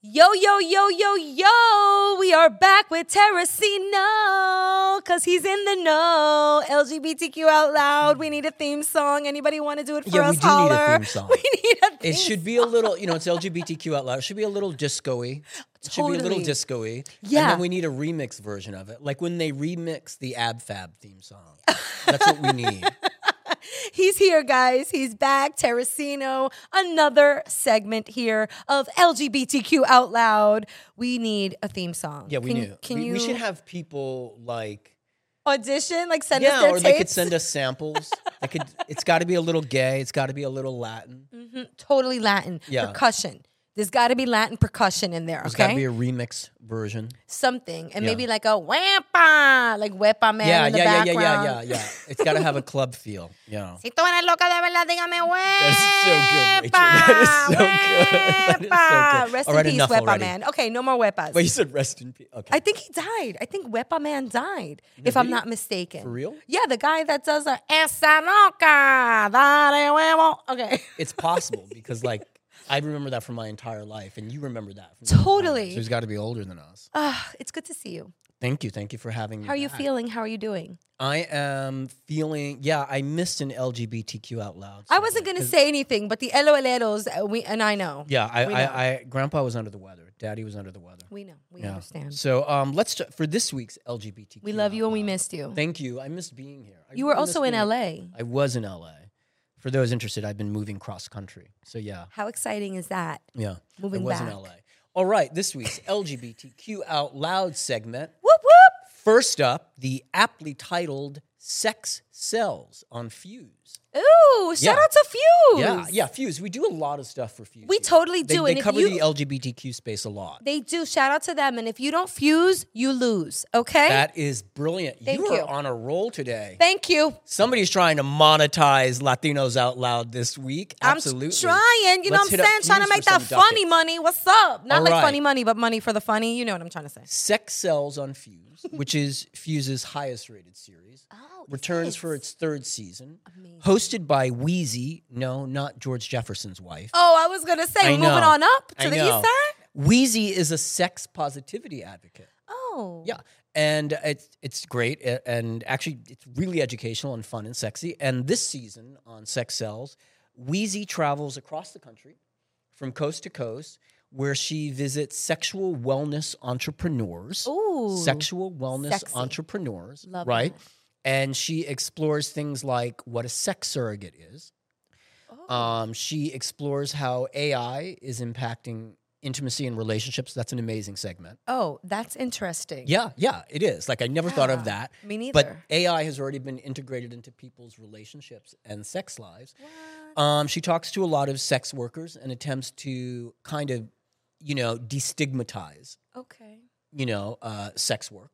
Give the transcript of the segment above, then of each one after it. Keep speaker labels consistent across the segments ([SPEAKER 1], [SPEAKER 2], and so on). [SPEAKER 1] Yo, yo, yo, yo, yo, we are back with Terracino, because he's in the know. LGBTQ out loud, we need a theme song. Anybody want to do it for
[SPEAKER 2] Yeah,
[SPEAKER 1] us?
[SPEAKER 2] we do need a
[SPEAKER 1] Holler.
[SPEAKER 2] theme song.
[SPEAKER 1] We need a theme
[SPEAKER 2] It should be a little, you know, it's LGBTQ out loud. It should be a little disco-y. It should be a little
[SPEAKER 1] Totally.
[SPEAKER 2] disco-y. And
[SPEAKER 1] Yeah.
[SPEAKER 2] then we need a remix version of it. Like when they remix the Ab Fab theme song. That's what we need.
[SPEAKER 1] He's here, guys. He's back. Terracino, another segment here of LGBTQ out loud. We need a theme song.
[SPEAKER 2] Yeah, we
[SPEAKER 1] can,
[SPEAKER 2] knew.
[SPEAKER 1] Can
[SPEAKER 2] we,
[SPEAKER 1] you
[SPEAKER 2] we should have people like
[SPEAKER 1] audition? Like send us
[SPEAKER 2] Yeah,
[SPEAKER 1] their
[SPEAKER 2] or
[SPEAKER 1] tapes.
[SPEAKER 2] they could send us samples. they could it's gotta be a little gay, it's gotta be a little Latin.
[SPEAKER 1] totally Latin
[SPEAKER 2] Yeah.
[SPEAKER 1] percussion. There's got to be Latin percussion in there,
[SPEAKER 2] There's
[SPEAKER 1] okay?
[SPEAKER 2] gotta be a remix version.
[SPEAKER 1] Something, and
[SPEAKER 2] Yeah.
[SPEAKER 1] maybe like a wampa, like wepa man
[SPEAKER 2] yeah,
[SPEAKER 1] in the
[SPEAKER 2] yeah, yeah, yeah,
[SPEAKER 1] background.
[SPEAKER 2] yeah, yeah, yeah. It's gotta have a club feel. Yeah.
[SPEAKER 1] Si tú eres loca de verdad, dígame
[SPEAKER 2] That is so good, Rachel.
[SPEAKER 1] wepa.
[SPEAKER 2] That is so good. That is so good.
[SPEAKER 1] Rest
[SPEAKER 2] All right,
[SPEAKER 1] in peace,
[SPEAKER 2] enough
[SPEAKER 1] wepa
[SPEAKER 2] already.
[SPEAKER 1] man. Okay, no more wepas.
[SPEAKER 2] But you said rest in peace. Okay.
[SPEAKER 1] I think he died. I think Wepa Man died, if I'm not mistaken.
[SPEAKER 2] For real?
[SPEAKER 1] Yeah, the guy that does the Esa loca, dale huevo. Okay.
[SPEAKER 2] it's possible because like I remember that from my entire life, and you remember that. From your entire life.
[SPEAKER 1] Totally.
[SPEAKER 2] So he's got to be older than us.
[SPEAKER 1] Ah, it's good to see you.
[SPEAKER 2] Thank you, thank you for having me.
[SPEAKER 1] How are you
[SPEAKER 2] back.
[SPEAKER 1] feeling? How are you doing?
[SPEAKER 2] I am feeling. Yeah, I missed an LGBTQ out loud.
[SPEAKER 1] I
[SPEAKER 2] segment
[SPEAKER 1] wasn't going to
[SPEAKER 2] 'cause-
[SPEAKER 1] say anything, but the Eloeleros, uh, we and I know.
[SPEAKER 2] Yeah, I,
[SPEAKER 1] We know.
[SPEAKER 2] I, I, Grandpa was under the weather. Daddy was under the weather.
[SPEAKER 1] We know. We
[SPEAKER 2] Yeah.
[SPEAKER 1] understand.
[SPEAKER 2] So, uh, um, let's st- for this week's LGBTQ.
[SPEAKER 1] We love you
[SPEAKER 2] Out
[SPEAKER 1] and we
[SPEAKER 2] Loud.
[SPEAKER 1] missed you.
[SPEAKER 2] Thank you. I missed being here. I
[SPEAKER 1] You were
[SPEAKER 2] really missed
[SPEAKER 1] also in
[SPEAKER 2] being-
[SPEAKER 1] LA.
[SPEAKER 2] I was in LA. For those interested, I've been moving cross country. So yeah,
[SPEAKER 1] How exciting is that?
[SPEAKER 2] yeah.
[SPEAKER 1] Moving
[SPEAKER 2] I was
[SPEAKER 1] back.
[SPEAKER 2] in LA. All right, this week's LGBTQ out loud segment.
[SPEAKER 1] Whoop whoop.
[SPEAKER 2] First up, the aptly titled Sex Sells on Fuse.
[SPEAKER 1] Ooh, shout
[SPEAKER 2] Yeah.
[SPEAKER 1] out to Fuse.
[SPEAKER 2] Yeah, yeah, Fuse. We do a lot of stuff for Fuse.
[SPEAKER 1] We
[SPEAKER 2] here.
[SPEAKER 1] totally
[SPEAKER 2] They-
[SPEAKER 1] do,
[SPEAKER 2] They
[SPEAKER 1] and if
[SPEAKER 2] cover
[SPEAKER 1] you-
[SPEAKER 2] the LGBTQ space a lot.
[SPEAKER 1] They do. Shout out to them. And if you don't fuse, you lose. Okay?
[SPEAKER 2] That is brilliant.
[SPEAKER 1] Thank
[SPEAKER 2] you are
[SPEAKER 1] you.
[SPEAKER 2] on a roll today.
[SPEAKER 1] Thank you.
[SPEAKER 2] Somebody's trying to monetize Latinos out loud this week.
[SPEAKER 1] I'm s-
[SPEAKER 2] Absolutely.
[SPEAKER 1] trying. You know what
[SPEAKER 2] Let's hit
[SPEAKER 1] I'm
[SPEAKER 2] up
[SPEAKER 1] saying? Trying to
[SPEAKER 2] Fuse
[SPEAKER 1] make
[SPEAKER 2] for
[SPEAKER 1] that
[SPEAKER 2] some
[SPEAKER 1] funny
[SPEAKER 2] ducats.
[SPEAKER 1] money. What's up? Not
[SPEAKER 2] All
[SPEAKER 1] like
[SPEAKER 2] right.
[SPEAKER 1] funny money, but money for the funny. You know what I'm trying to say.
[SPEAKER 2] Sex Sells on Fuse, which is Fuse's highest rated series,
[SPEAKER 1] Oh, it
[SPEAKER 2] returns
[SPEAKER 1] is.
[SPEAKER 2] for its third season. Hosted by Wheezy, no, not George Jefferson's wife.
[SPEAKER 1] Oh, I was going to say,
[SPEAKER 2] I
[SPEAKER 1] moving
[SPEAKER 2] know.
[SPEAKER 1] on up to
[SPEAKER 2] I
[SPEAKER 1] the
[SPEAKER 2] know.
[SPEAKER 1] east side.
[SPEAKER 2] Wheezy is a sex positivity advocate.
[SPEAKER 1] Oh.
[SPEAKER 2] Yeah. And it's it's great a- and actually it's really educational and fun and sexy. And this season on Sex Cells, Wheezy travels across the country from coast to coast where she visits sexual wellness entrepreneurs.
[SPEAKER 1] Ooh.
[SPEAKER 2] sexual wellness
[SPEAKER 1] sexy.
[SPEAKER 2] entrepreneurs,
[SPEAKER 1] Love
[SPEAKER 2] right?
[SPEAKER 1] that.
[SPEAKER 2] And she explores things like what a sex surrogate is.
[SPEAKER 1] Oh.
[SPEAKER 2] Um, she explores how AI is impacting intimacy and relationships. That's an amazing segment.
[SPEAKER 1] Oh, that's interesting.
[SPEAKER 2] Yeah, yeah, it is. Like I never thought of
[SPEAKER 1] Yeah,
[SPEAKER 2] that.
[SPEAKER 1] me
[SPEAKER 2] But
[SPEAKER 1] neither.
[SPEAKER 2] AI has already been integrated into people's relationships and sex lives. Um, she talks to a lot of sex workers and attempts to kind of, you know, destigmatize
[SPEAKER 1] Okay.
[SPEAKER 2] you know, uh, sex work.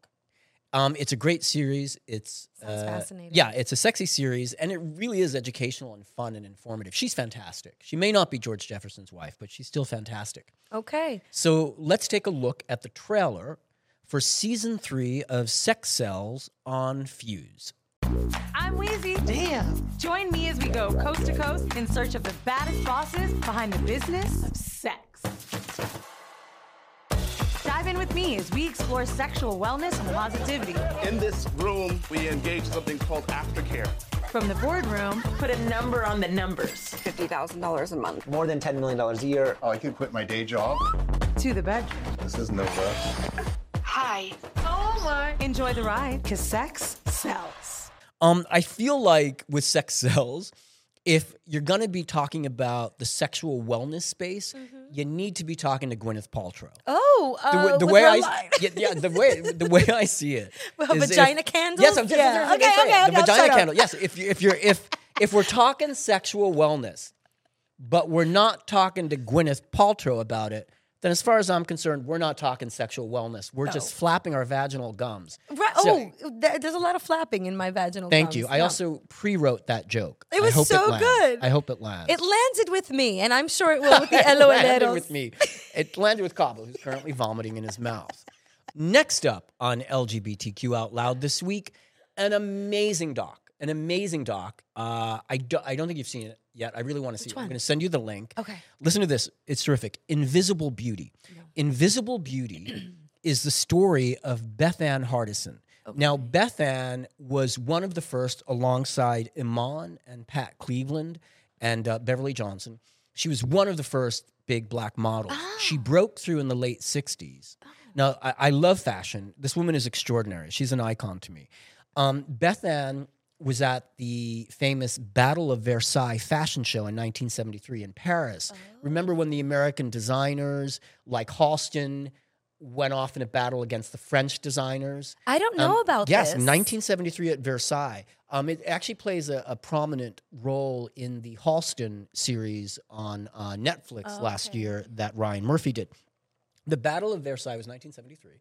[SPEAKER 2] Um, it's a great series. It's
[SPEAKER 1] Sounds
[SPEAKER 2] uh,
[SPEAKER 1] fascinating.
[SPEAKER 2] Yeah, it's a sexy series, and it really is educational and fun and informative. She's fantastic. She may not be George Jefferson's wife, but she's still fantastic.
[SPEAKER 1] Okay.
[SPEAKER 2] So let's take a look at the trailer for season three of Sex Cells on Fuse.
[SPEAKER 3] I'm Wheezy. Damn. Join me as we go coast to coast in search of the baddest bosses behind the business of sex. Dive in with me as we explore sexual wellness and positivity.
[SPEAKER 4] In this room, we engage something called aftercare.
[SPEAKER 3] From the boardroom, put a number on the numbers,
[SPEAKER 5] $50,000 a month.
[SPEAKER 6] more than $10 million a year.
[SPEAKER 7] Oh, I could quit my day job.
[SPEAKER 3] to the bedroom.
[SPEAKER 7] This is no rush.
[SPEAKER 5] Hi.
[SPEAKER 1] Oh,
[SPEAKER 3] Enjoy the ride, because sex sells.
[SPEAKER 2] Um, I feel like with sex cells, if you're gonna be talking about the sexual wellness space,
[SPEAKER 1] Mm-hmm.
[SPEAKER 2] you need to be talking to Gwyneth Paltrow.
[SPEAKER 1] Oh,
[SPEAKER 2] the, w-
[SPEAKER 1] uh,
[SPEAKER 2] the
[SPEAKER 1] with
[SPEAKER 2] way
[SPEAKER 1] her
[SPEAKER 2] I
[SPEAKER 1] line.
[SPEAKER 2] yeah, yeah the way the way I see it
[SPEAKER 1] Well,
[SPEAKER 2] is
[SPEAKER 1] vagina
[SPEAKER 2] if,
[SPEAKER 1] candles?
[SPEAKER 2] yes I'm just,
[SPEAKER 1] Yeah. Okay,
[SPEAKER 2] yeah.
[SPEAKER 1] okay, okay,
[SPEAKER 2] the
[SPEAKER 1] I'll shut
[SPEAKER 2] vagina
[SPEAKER 1] up.
[SPEAKER 2] candle yes if you, if you're if if we're talking sexual wellness but we're not talking to Gwyneth Paltrow about it then as far as I'm concerned we're not talking sexual wellness we're just flapping our vaginal gums
[SPEAKER 1] Right.
[SPEAKER 2] So-
[SPEAKER 1] oh, th- there's a lot of flapping in my vaginal.
[SPEAKER 2] thank
[SPEAKER 1] gums.
[SPEAKER 2] you I
[SPEAKER 1] Yeah.
[SPEAKER 2] also pre-wrote that joke
[SPEAKER 1] It
[SPEAKER 2] I
[SPEAKER 1] was
[SPEAKER 2] hope
[SPEAKER 1] so
[SPEAKER 2] lands.
[SPEAKER 1] good.
[SPEAKER 2] I hope it lands
[SPEAKER 1] It landed with me, and I'm sure it will with the
[SPEAKER 2] It landed
[SPEAKER 1] Eloeleros.
[SPEAKER 2] with me. It landed with Cabo, who's currently vomiting in his mouth. Next up on LGBTQ Out Loud this week, an amazing doc. An amazing doc. Uh, I, do, I don't think you've seen it yet. I really want to see it. I'm going to send you the link.
[SPEAKER 1] Okay.
[SPEAKER 2] Listen to this. It's terrific. Invisible Beauty. Invisible Beauty is the story of Beth Ann Hardison. Now, Beth Ann was one of the first, alongside Iman and Pat Cleveland and uh, Beverly Johnson. She was one of the first big black models. She broke through in the late 60s. Now, I, I love fashion. This woman is extraordinary. She's an icon to me. Um, Beth Ann was at the famous Battle of Versailles fashion show in 1973 in Paris.
[SPEAKER 1] Oh.
[SPEAKER 2] Remember when the American designers like Halston went off in a battle against the French designers?
[SPEAKER 1] I don't know
[SPEAKER 2] Um,
[SPEAKER 1] about
[SPEAKER 2] yes,
[SPEAKER 1] this.
[SPEAKER 2] 1973 at Versailles. Um, it actually plays a, a prominent role in the Halston series on uh, Netflix
[SPEAKER 1] Oh,
[SPEAKER 2] last year that Ryan Murphy did. The Battle of Versailles was 1973,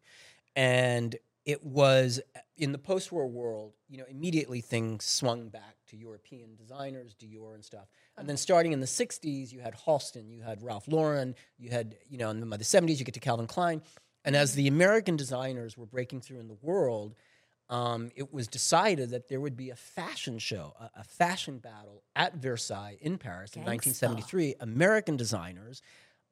[SPEAKER 2] and it was in the post-war world. You know, immediately things swung back to European designers, Dior and stuff. And then starting in the 60s, you had Halston, you had Ralph Lauren, you had you know, and then by the 70s you get to Calvin Klein. And as the American designers were breaking through in the world, um, it was decided that there would be a fashion show, a, a fashion battle at Versailles in Paris in 1973. American designers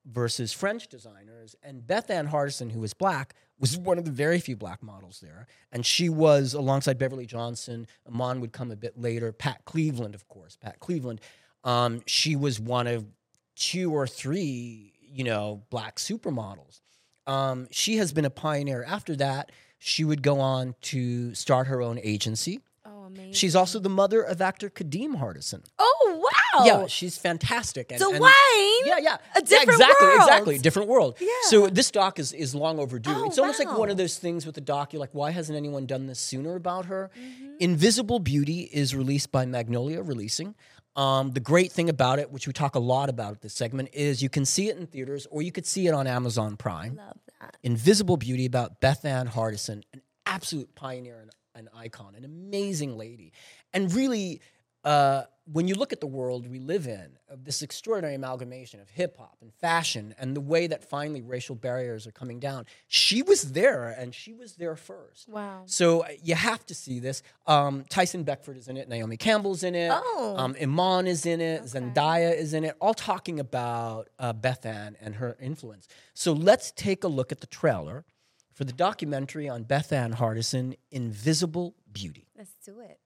[SPEAKER 2] versus French designers. And Beth Ann Hardison, who was black, was one of the very few black models there. And she was alongside Beverly Johnson. Amon would come a bit later. Pat Cleveland, of course, Pat Cleveland. Um, she was one of two or three, you know, black supermodels. Um, she has been a pioneer. After that, she would go on to start her own agency.
[SPEAKER 1] Oh, amazing.
[SPEAKER 2] She's also the mother of actor Kadeem Hardison.
[SPEAKER 1] oh, wow.
[SPEAKER 2] Yeah, she's fantastic. And, and-
[SPEAKER 1] Dwayne,
[SPEAKER 2] yeah, yeah,
[SPEAKER 1] a different
[SPEAKER 2] yeah, exactly,
[SPEAKER 1] world.
[SPEAKER 2] exactly, different world.
[SPEAKER 1] Yeah.
[SPEAKER 2] So this doc is is long overdue.
[SPEAKER 1] Oh,
[SPEAKER 2] it's almost like one
[SPEAKER 1] wow.
[SPEAKER 2] of those things with the doc. You're like, why hasn't anyone done this sooner about her?
[SPEAKER 1] Mm-hmm.
[SPEAKER 2] Invisible Beauty is released by Magnolia Releasing. Um, the great thing about it, which we talk a lot about at this segment, is you can see it in theaters or you could see it on Amazon Prime. Love that. Invisible Beauty about Beth Ann Hardison, an absolute pioneer and an icon, an amazing lady, and really uh, when you look at the world we live in, of this extraordinary amalgamation of hip hop and fashion and the way that finally racial barriers are coming down, she was there and she was there first.
[SPEAKER 1] Wow.
[SPEAKER 2] So uh, you have to see this. Um, Tyson Beckford is in it, Naomi Campbell's in it,
[SPEAKER 1] Oh.
[SPEAKER 2] um, Iman is in it, Zendaya is in it, all talking about uh, Beth Ann and her influence. So let's take a look at the trailer for the documentary on Beth Ann Hardison, Invisible Beauty.
[SPEAKER 1] Let's do it.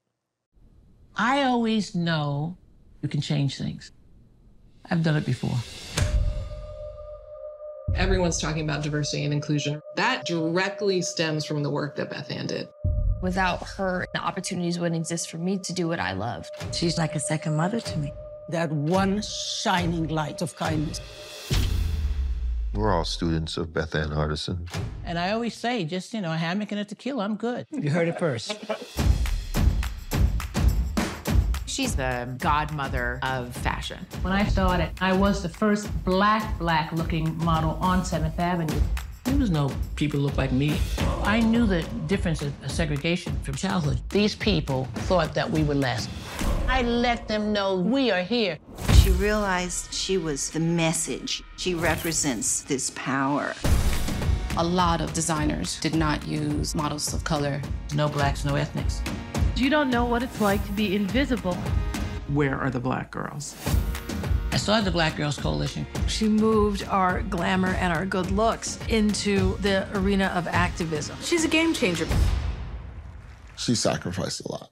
[SPEAKER 6] I always know you can change things. I've done it before.
[SPEAKER 8] Everyone's talking about diversity and inclusion. That directly stems from the work that Beth Ann did.
[SPEAKER 9] Without her, the opportunities wouldn't exist for me to do what I love.
[SPEAKER 10] She's like a second mother to me.
[SPEAKER 11] that one shining light of kindness.
[SPEAKER 7] We're all students of Beth Ann Hardison.
[SPEAKER 6] And I always say, just, you know, a hammock and a tequila, I'm good.
[SPEAKER 11] You heard it first.
[SPEAKER 9] She's the godmother of fashion.
[SPEAKER 6] When I started, I was the first black, black looking model on 7th Avenue. There was no people look like me. I knew the difference of segregation from childhood. These people thought that we were less. I let them know we are here.
[SPEAKER 10] She realized she was the message. She represents this power.
[SPEAKER 9] A lot of designers did not use models of color.
[SPEAKER 6] No blacks, no ethnics.
[SPEAKER 11] You don't know what it's like to be invisible.
[SPEAKER 8] Where are the black girls?
[SPEAKER 6] I started the Black Girls Coalition.
[SPEAKER 11] She moved our glamour and our good looks into the arena of activism. She's a game changer.
[SPEAKER 7] She sacrificed a lot.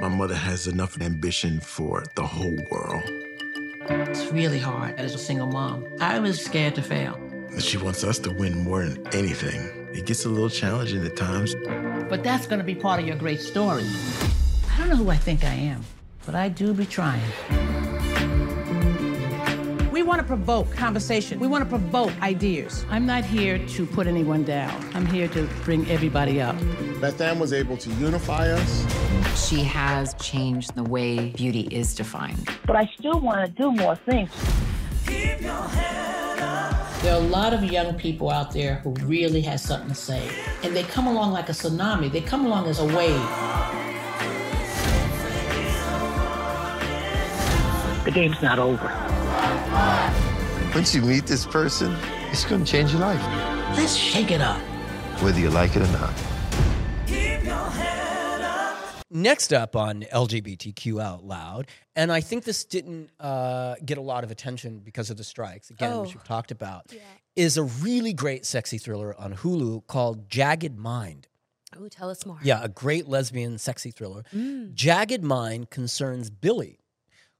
[SPEAKER 4] My mother has enough ambition for the whole world.
[SPEAKER 6] It's really hard as a single mom. I was scared to fail.
[SPEAKER 4] And she wants us to win more than anything. It gets a little challenging at times.
[SPEAKER 6] But that's going to be part of your great story. I don't know who I think I am, but I do be trying.
[SPEAKER 11] We want to provoke conversation. We want to provoke ideas.
[SPEAKER 6] I'm not here to put anyone down. I'm here to bring everybody up.
[SPEAKER 7] Beth Ann was able to unify us.
[SPEAKER 9] She has changed the way beauty is defined.
[SPEAKER 6] But I still want to do more things. There are a lot of young people out there who really has something to say, and they come along like a tsunami. They come along as a wave. The game's not over.
[SPEAKER 7] Once you meet this person, it's going to change your life,
[SPEAKER 6] Let's shake it up.
[SPEAKER 7] whether you like it or not.
[SPEAKER 2] next up on LGBTQ Out Loud, and I think this didn't uh, get a lot of attention because of the strikes, again, which
[SPEAKER 1] Oh.
[SPEAKER 2] we've talked about, is a really great sexy thriller on Hulu called Jagged Mind.
[SPEAKER 1] Ooh, tell us more.
[SPEAKER 2] Yeah, a great lesbian sexy thriller.
[SPEAKER 1] Mm.
[SPEAKER 2] Jagged Mind concerns Billy,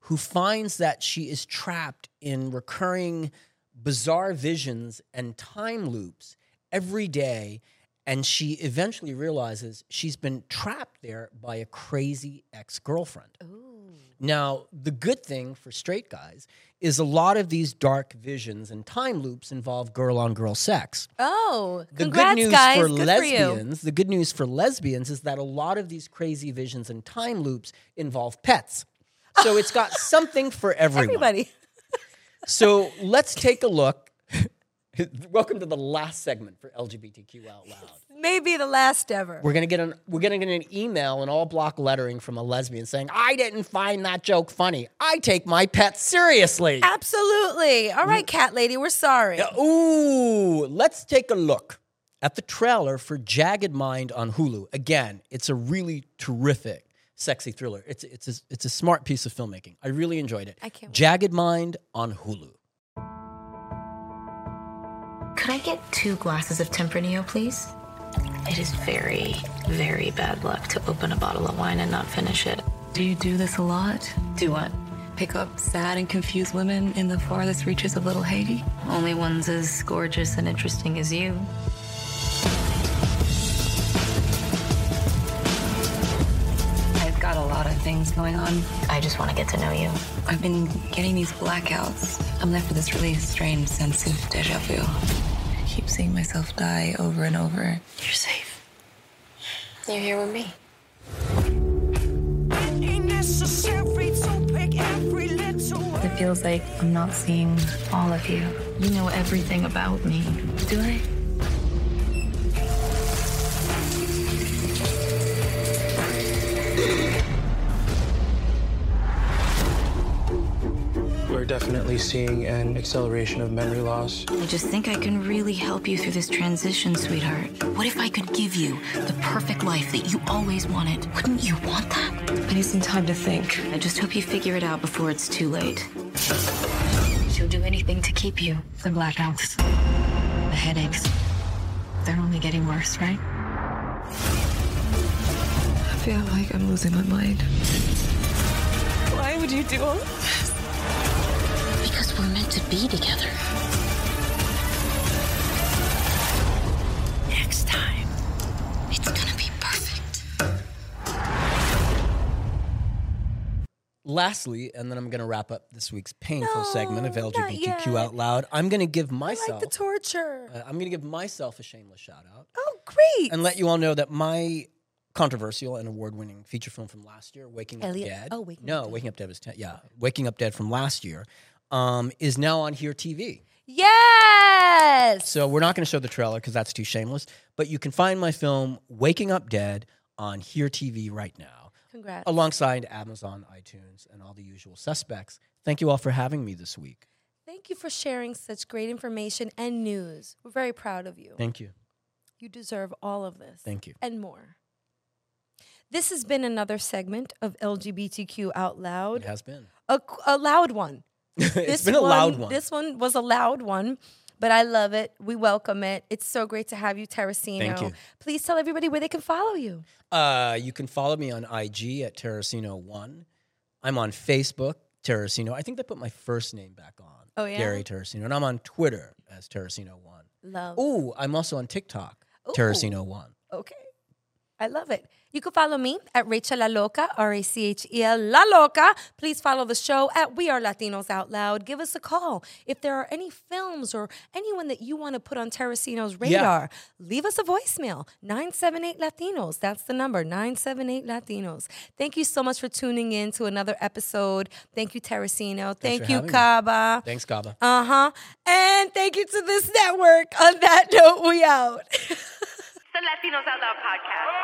[SPEAKER 2] who finds that she is trapped in recurring bizarre visions and time loops every day. And she eventually realizes she's been trapped there by a crazy ex girlfriend. Now, the good thing for straight guys is a lot of these dark visions and time loops involve girl on girl sex
[SPEAKER 1] Oh,
[SPEAKER 2] the
[SPEAKER 1] congrats,
[SPEAKER 2] good news
[SPEAKER 1] guys.
[SPEAKER 2] for
[SPEAKER 1] Good for you.
[SPEAKER 2] lesbians, the good news for lesbians is that a lot of these crazy visions and time loops involve pets. So it's got something for everyone.
[SPEAKER 1] Everybody.
[SPEAKER 2] So let's take a look. Welcome to the last segment for LGBTQ out loud.
[SPEAKER 1] Maybe the last ever.
[SPEAKER 2] We're gonna get an we're gonna get an email in all block lettering from a lesbian saying, I didn't find that joke funny. I take my pet seriously.
[SPEAKER 1] Absolutely. All right, cat lady, we're sorry.
[SPEAKER 2] Ooh, let's take a look at the trailer for Jagged Mind on Hulu. Again, it's a really terrific sexy thriller. It's it's a, it's a smart piece of filmmaking. I really enjoyed it. I
[SPEAKER 1] can't
[SPEAKER 2] Jagged Mind on Hulu.
[SPEAKER 12] Could I get two glasses of Tempranillo, please? It is very, very bad luck to open a bottle of wine and not finish it.
[SPEAKER 13] Do you do this a lot?
[SPEAKER 12] Do what?
[SPEAKER 13] Pick up sad and confused women in the farthest reaches of Little Haiti?
[SPEAKER 12] Only ones as gorgeous and interesting as you.
[SPEAKER 13] I've got a lot of things going on.
[SPEAKER 12] I just want to get to know you.
[SPEAKER 13] I've been getting these blackouts. I'm left with this really strange sense of deja vu. I keep seeing myself die over and over.
[SPEAKER 12] You're safe. You're here with me.
[SPEAKER 13] It feels like I'm not seeing all of you.
[SPEAKER 12] You know everything about me. Do I?
[SPEAKER 14] We're definitely seeing an acceleration of memory loss.
[SPEAKER 12] I just think I can really help you through this transition, sweetheart. What if I could give you the perfect life that you always wanted? Wouldn't you want that? I need some time to think. I just hope you figure it out before it's too late. She'll do anything to keep you.
[SPEAKER 13] The blackouts, the headaches, they're only getting worse, right? I feel like I'm losing my mind.
[SPEAKER 12] Why would you do all this? Because we're meant to be together. Next time, it's gonna be perfect.
[SPEAKER 2] Lastly, and then I'm going to wrap up this week's painful segment of LGBTQ Out Loud. I'm going to give myself
[SPEAKER 1] The torture.
[SPEAKER 2] uh, I'm going to give myself a shameless shout out.
[SPEAKER 1] Oh, great.
[SPEAKER 2] and let you all know that my controversial and award-winning feature film from last year, Waking
[SPEAKER 1] Elliot-
[SPEAKER 2] Up Dead.
[SPEAKER 1] oh, Waking Up
[SPEAKER 2] no, Waking Up Dead was ten, yeah, Waking Up Dead from last year um, is now on Here TV.
[SPEAKER 1] Yes.
[SPEAKER 2] So we're not going to show the trailer because that's too shameless. But you can find my film Waking Up Dead on Here TV right now,
[SPEAKER 1] Congrats.
[SPEAKER 2] alongside Amazon, iTunes, and all the usual suspects. Thank you all for having me this week.
[SPEAKER 1] Thank you for sharing such great information and news. We're very proud of you.
[SPEAKER 2] Thank you.
[SPEAKER 1] You deserve all of this.
[SPEAKER 2] Thank you.
[SPEAKER 1] And more. This has been another segment of LGBTQ Out Loud.
[SPEAKER 2] It has been.
[SPEAKER 1] A, a loud one.
[SPEAKER 2] It's
[SPEAKER 1] This
[SPEAKER 2] been a loud one.
[SPEAKER 1] This one was a loud one, but I love it. We welcome it. It's so great to have you, Terracino.
[SPEAKER 2] Thank you.
[SPEAKER 1] Please tell everybody where they can follow you.
[SPEAKER 2] Uh, you can follow me on IG at Terracino1. I'm on Facebook, Terracino. I think they put my first name back on.
[SPEAKER 1] Oh, yeah?
[SPEAKER 2] Gary Terracino. And I'm on Twitter as Terracino1.
[SPEAKER 1] Love.
[SPEAKER 2] Ooh, I'm also on TikTok,
[SPEAKER 1] Ooh.
[SPEAKER 2] Terracino1.
[SPEAKER 1] Okay. I love it. You can follow me at Rachel La Loca, R A C H E L La Loca. Please follow the show at We Are Latinos Out Loud. Give us a call. If there are any films or anyone that you want to put on Terracino's
[SPEAKER 2] Yeah.
[SPEAKER 1] radar, leave us a voicemail 978 Latinos. That's the number 978 Latinos. Thank you so much for tuning in to another episode. Thank you, Terracino.
[SPEAKER 2] for
[SPEAKER 1] Thank you,
[SPEAKER 2] having me.
[SPEAKER 1] Kaba.
[SPEAKER 2] Thanks, Gaba.
[SPEAKER 1] Uh huh. And thank you to this network. On that note, we out.
[SPEAKER 15] The Latinos Out Loud podcast.